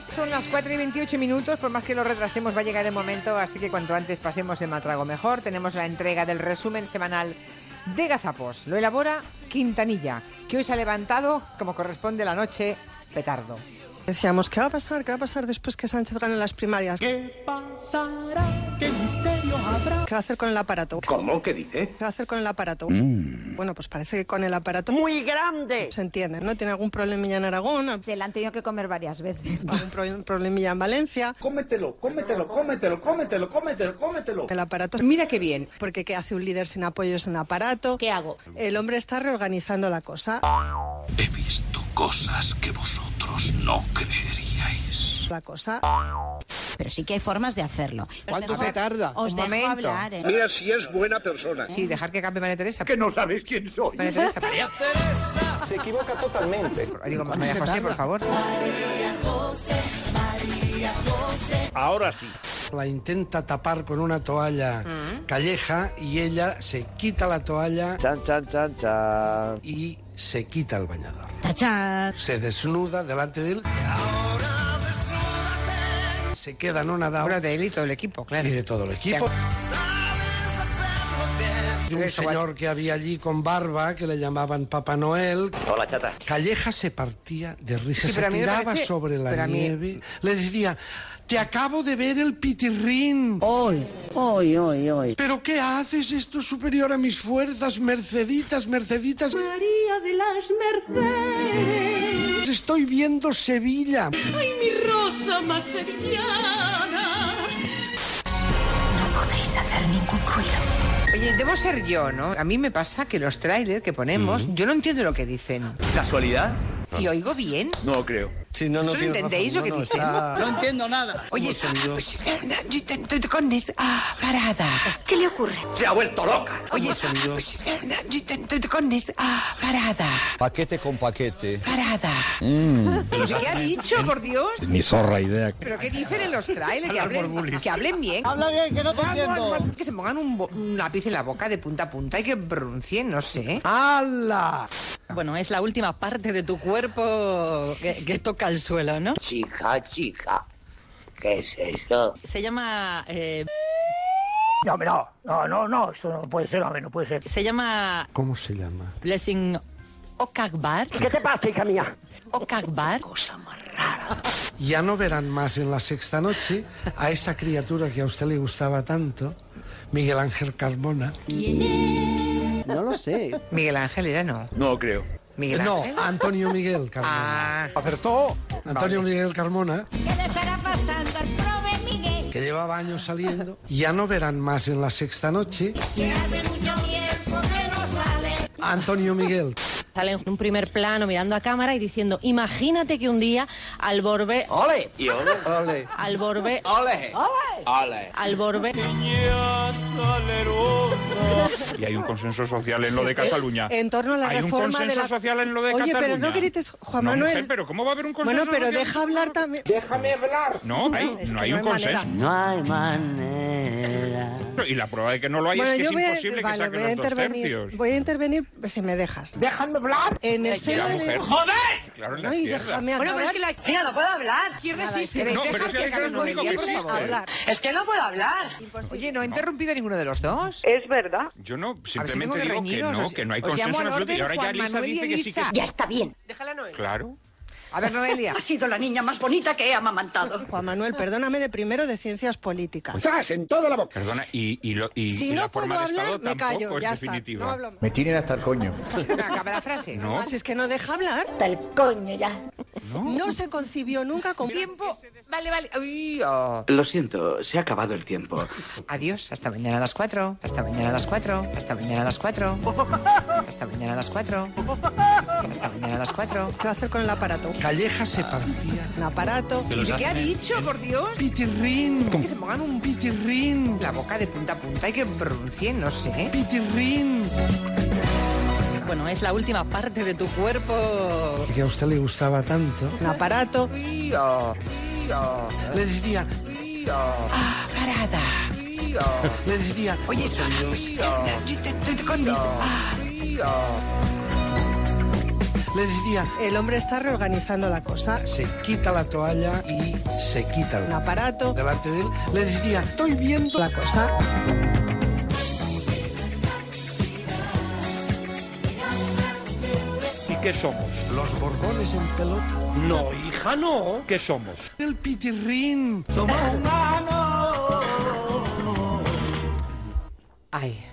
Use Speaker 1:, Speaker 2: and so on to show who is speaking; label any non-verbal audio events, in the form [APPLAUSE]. Speaker 1: son las 4 y 28 minutos, por más que lo retrasemos va a llegar el momento, así que cuanto antes pasemos el matrago mejor. Tenemos la entrega del resumen semanal de Gazapos. Lo elabora Quintanilla, que hoy se ha levantado, como corresponde la noche, petardo.
Speaker 2: Decíamos, ¿qué va a pasar? ¿Qué va a pasar después que Sánchez gane las primarias? ¿Qué
Speaker 3: ¿Qué pasará? ¿Qué misterio habrá?
Speaker 2: va a hacer con el aparato? ¿Qué
Speaker 4: ¿Cómo? ¿Qué dice?
Speaker 2: va a hacer con el aparato?
Speaker 3: Mm.
Speaker 2: Bueno, pues parece que con el aparato
Speaker 5: muy grande.
Speaker 2: se entiende, ¿no? Tiene algún problemilla en Aragón, al-
Speaker 6: Se la han tenido que comer varias veces.
Speaker 2: algún pro- problemilla en Valencia.
Speaker 7: Cómetelo, cómetelo, cómetelo, cómetelo, cómetelo, cómetelo.
Speaker 2: El aparato,
Speaker 8: Mira qué bien.
Speaker 2: porque ¿qué hace un líder sin apoyos en aparato?
Speaker 6: [LAUGHS] ¿Qué hago?
Speaker 2: El hombre está reorganizando la cosa.
Speaker 4: He visto cosas que vosotros no creeríais.
Speaker 2: La cosa.
Speaker 3: Ah,
Speaker 6: Pero sí que hay formas de hacerlo. Os
Speaker 9: ¿Cuánto
Speaker 6: dejo-
Speaker 9: se tarda?
Speaker 6: Os
Speaker 1: Un
Speaker 6: dejo
Speaker 1: momento.
Speaker 6: hablar. ¿eh?
Speaker 7: Mira si es buena persona.
Speaker 1: Sí, dejar que cambie María Teresa.
Speaker 3: no sabes quién soy.
Speaker 1: María Teresa, por favor.
Speaker 7: Se equivoca totalmente.
Speaker 1: digo María
Speaker 9: se
Speaker 1: José,
Speaker 9: tarda?
Speaker 1: por favor.
Speaker 7: Ahora sí.
Speaker 9: La intenta tapar con una toalla
Speaker 1: Mm.
Speaker 9: calleja y ella se quita la toalla
Speaker 7: Chan, chan, chan, chan.
Speaker 9: y se quita el bañador.
Speaker 6: Tachán.
Speaker 9: Se desnuda delante de él. Se queda no
Speaker 1: Bueno,
Speaker 9: nada
Speaker 1: de él y todo el equipo, claro.
Speaker 9: y de todo el equipo. De un
Speaker 1: Eso,
Speaker 9: señor que había allí con barba, que le llamaban Papá Noel.
Speaker 4: Hola, chata.
Speaker 9: Calleja se partía de risa,
Speaker 1: Sí,
Speaker 9: se
Speaker 1: pero a mí me
Speaker 9: tiraba
Speaker 1: parece-
Speaker 9: sobre
Speaker 1: pero
Speaker 9: la
Speaker 1: a mí-
Speaker 9: nieve. Le decía, te acabo de ver el pitirrín.
Speaker 1: Oh.
Speaker 5: Hoy, hoy, hoy, hoy.
Speaker 9: ¿Pero qué haces? Esto es superior a mis fuerzas, Merceditas, Merceditas.
Speaker 5: María de las Mercedes.
Speaker 9: Pues Estoy viendo Sevilla.
Speaker 5: Ay, mi rosa más sevillana.
Speaker 6: No podéis hacer ningún ruido.
Speaker 1: Oye, debo ser yo, ¿no? A mí me pasa que los trailers que ponemos, yo no entiendo lo que dicen.
Speaker 4: ¿Casualidad?
Speaker 1: ¿Y oigo bien?
Speaker 4: No creo.
Speaker 9: Si no,
Speaker 1: ¿Vosotros entendéis lo que dicen?
Speaker 3: No entiendo nada.
Speaker 1: Oye, es- ah, pues, ah, yo te- te- te- con des- ah, parada.
Speaker 4: ¡Se ha vuelto loca!
Speaker 1: Oye, es- ah, pues, ah, yo te- te- te- con des- ah, parada,
Speaker 7: Paquete con paquete. Mm.
Speaker 1: parada. Pero ¿Qué ha dicho, por Dios?
Speaker 10: Ni zorra idea.
Speaker 1: ¿Pero qué dicen en los trailers? Que hablen, que hablen bien. Ah, pues,
Speaker 3: Habla bien, que no te entiendo.
Speaker 1: Que se pongan un, bo- un lápiz en la boca de punta a punta y que pronuncien, no sé.
Speaker 9: ¡Hala!
Speaker 8: Bueno, es la última parte de tu cuerpo que, que toca el suelo, ¿no?
Speaker 5: Chica, chica. ¿Qué es eso?
Speaker 8: Se llama. eh,
Speaker 3: No, hombre, no, no, no, no, eso no puede ser, hombre, no puede ser.
Speaker 8: se llama.
Speaker 9: ¿Cómo se llama?
Speaker 8: Blessing Okakbar.
Speaker 5: ¿Qué te pasa, hija mía?
Speaker 8: Okakbar.
Speaker 9: Ya no verán más en la sexta noche a esa criatura que a usted le gustaba tanto, Miguel Ángel Carmona.
Speaker 2: No lo sé.
Speaker 1: Miguel Ángel era no.
Speaker 4: No creo.
Speaker 1: Miguel
Speaker 9: No,
Speaker 1: Ángel.
Speaker 9: Antonio Miguel Carmona.
Speaker 1: Ah,
Speaker 7: Acertó.
Speaker 9: Antonio Miguel Carmona,
Speaker 6: ¿Qué le estará pasando al prove Miguel?
Speaker 9: que llevaba años saliendo. Ya no verán más en la sexta noche a Antonio Miguel.
Speaker 8: Sale en un primer plano mirando a cámara y diciendo: Imagínate que un día al volver.
Speaker 4: ¡Ole! ¿Y ole?
Speaker 9: Ole.
Speaker 8: Al volver.
Speaker 4: ¡Ole! ¡Ole!
Speaker 8: Al volver.
Speaker 3: Y hay un consenso social en lo de Cataluña.
Speaker 2: En torno a la
Speaker 3: hay
Speaker 2: reforma
Speaker 3: un consenso
Speaker 2: de la-
Speaker 3: social en lo de
Speaker 2: Oye, pero
Speaker 3: Cataluña.
Speaker 2: no grites, Juan
Speaker 3: No,
Speaker 2: Manuel.
Speaker 3: mujer, pero ¿cómo va a haber un consenso
Speaker 2: Bueno, pero
Speaker 3: social?
Speaker 2: deja hablar también.
Speaker 3: No, hay,
Speaker 2: No, es
Speaker 3: no
Speaker 2: que
Speaker 3: hay
Speaker 2: no
Speaker 3: un
Speaker 2: hay manera.
Speaker 3: consenso.
Speaker 5: No hay manera.
Speaker 3: Y la prueba de que no lo hay
Speaker 2: Bueno,
Speaker 3: es que
Speaker 2: yo
Speaker 3: es
Speaker 2: voy a,
Speaker 3: imposible que
Speaker 2: vale,
Speaker 3: saquen
Speaker 2: voy a
Speaker 3: los dos
Speaker 2: intervenir.
Speaker 3: tercios.
Speaker 2: Voy a intervenir si me dejas.
Speaker 7: Déjame hablar.
Speaker 2: En el seno
Speaker 3: la
Speaker 2: de.
Speaker 3: mujer. ¡Joder! Claro, en la
Speaker 2: Ay,
Speaker 3: izquierda.
Speaker 2: déjame hablar.
Speaker 8: la.
Speaker 1: ¿queréis
Speaker 3: No, pero
Speaker 1: dejar
Speaker 3: si
Speaker 1: que
Speaker 3: eres
Speaker 1: acabe
Speaker 3: el
Speaker 1: la
Speaker 3: único
Speaker 1: novela,
Speaker 3: que
Speaker 1: por
Speaker 3: existe.
Speaker 1: favor?
Speaker 2: hablar.
Speaker 1: Oye, no he interrumpido a ninguno de los dos.
Speaker 5: Es verdad.
Speaker 3: Yo no,
Speaker 1: A ver si tengo
Speaker 3: simplemente digo que
Speaker 1: reñiros,
Speaker 3: no,
Speaker 1: os-
Speaker 3: que no hay
Speaker 1: os llamo
Speaker 3: consenso
Speaker 1: al
Speaker 3: en absoluto. Y
Speaker 1: orden,
Speaker 3: ahora ya
Speaker 1: Juan
Speaker 3: Elisa
Speaker 1: Manuel y
Speaker 3: dice que sí
Speaker 1: Elisa.
Speaker 3: que es...
Speaker 1: Ya
Speaker 5: está bien.
Speaker 3: Claro.
Speaker 1: A ver, Noelia.
Speaker 5: sido la niña más bonita que he amamantado.
Speaker 2: Juan Manuel, perdóname de primero de ciencias políticas.
Speaker 7: ¡Zas! En toda la boca.
Speaker 3: Perdona, y, y, lo- y,
Speaker 2: Si
Speaker 3: y
Speaker 2: no
Speaker 3: la
Speaker 2: puedo
Speaker 3: forma de Estado
Speaker 2: hablar, me
Speaker 3: tampoco
Speaker 2: callo,
Speaker 3: es
Speaker 2: ya está.
Speaker 3: definitiva.
Speaker 2: No hablo más.
Speaker 10: Me tienen hasta el coño.
Speaker 1: Acaba la frase.
Speaker 3: No.
Speaker 2: Ah, Si es que no deja hablar, no se concibió nunca con
Speaker 1: Tiempo. Vale, vale. Uy, oh.
Speaker 4: Lo siento, se ha acabado el tiempo.
Speaker 1: Adiós. Hasta mañana a las 4. Hasta mañana a las 4. Hasta mañana a las 4. Hasta mañana a las 4. Hasta mañana a las 4.
Speaker 2: ¿Qué va a hacer con el aparato?
Speaker 9: Calleja se partía.
Speaker 2: Un aparato.
Speaker 1: ¿Qué ha dicho, por Dios?
Speaker 9: Pitirrín.
Speaker 1: Que se pongan un
Speaker 9: Pitirrín.
Speaker 1: la boca de punta a punta y que pronuncien, no sé.
Speaker 9: Pitirrín.
Speaker 8: Bueno, es la última parte de tu cuerpo.
Speaker 9: Que a usted le gustaba tanto.
Speaker 2: Un aparato.
Speaker 1: Uy, oh. Uy, oh.
Speaker 9: Le decía,
Speaker 1: Uy, oh. Ah, parada. Uy, oh.
Speaker 9: le decía,
Speaker 1: Oye, es- ah, pues, eh, yo te- te- te- con dis- ah.
Speaker 9: le decía,
Speaker 2: El hombre está reorganizando la cosa.
Speaker 9: se quita la toalla y se quita
Speaker 2: Un
Speaker 9: el
Speaker 2: aparato,
Speaker 9: delante de él. Le decía, estoy viendo
Speaker 2: la cosa.
Speaker 10: ¿Y qué somos?
Speaker 9: los borbones en pelota.
Speaker 10: No, hija, no. ¿Qué somos?
Speaker 9: El pitirrín.
Speaker 1: Ay.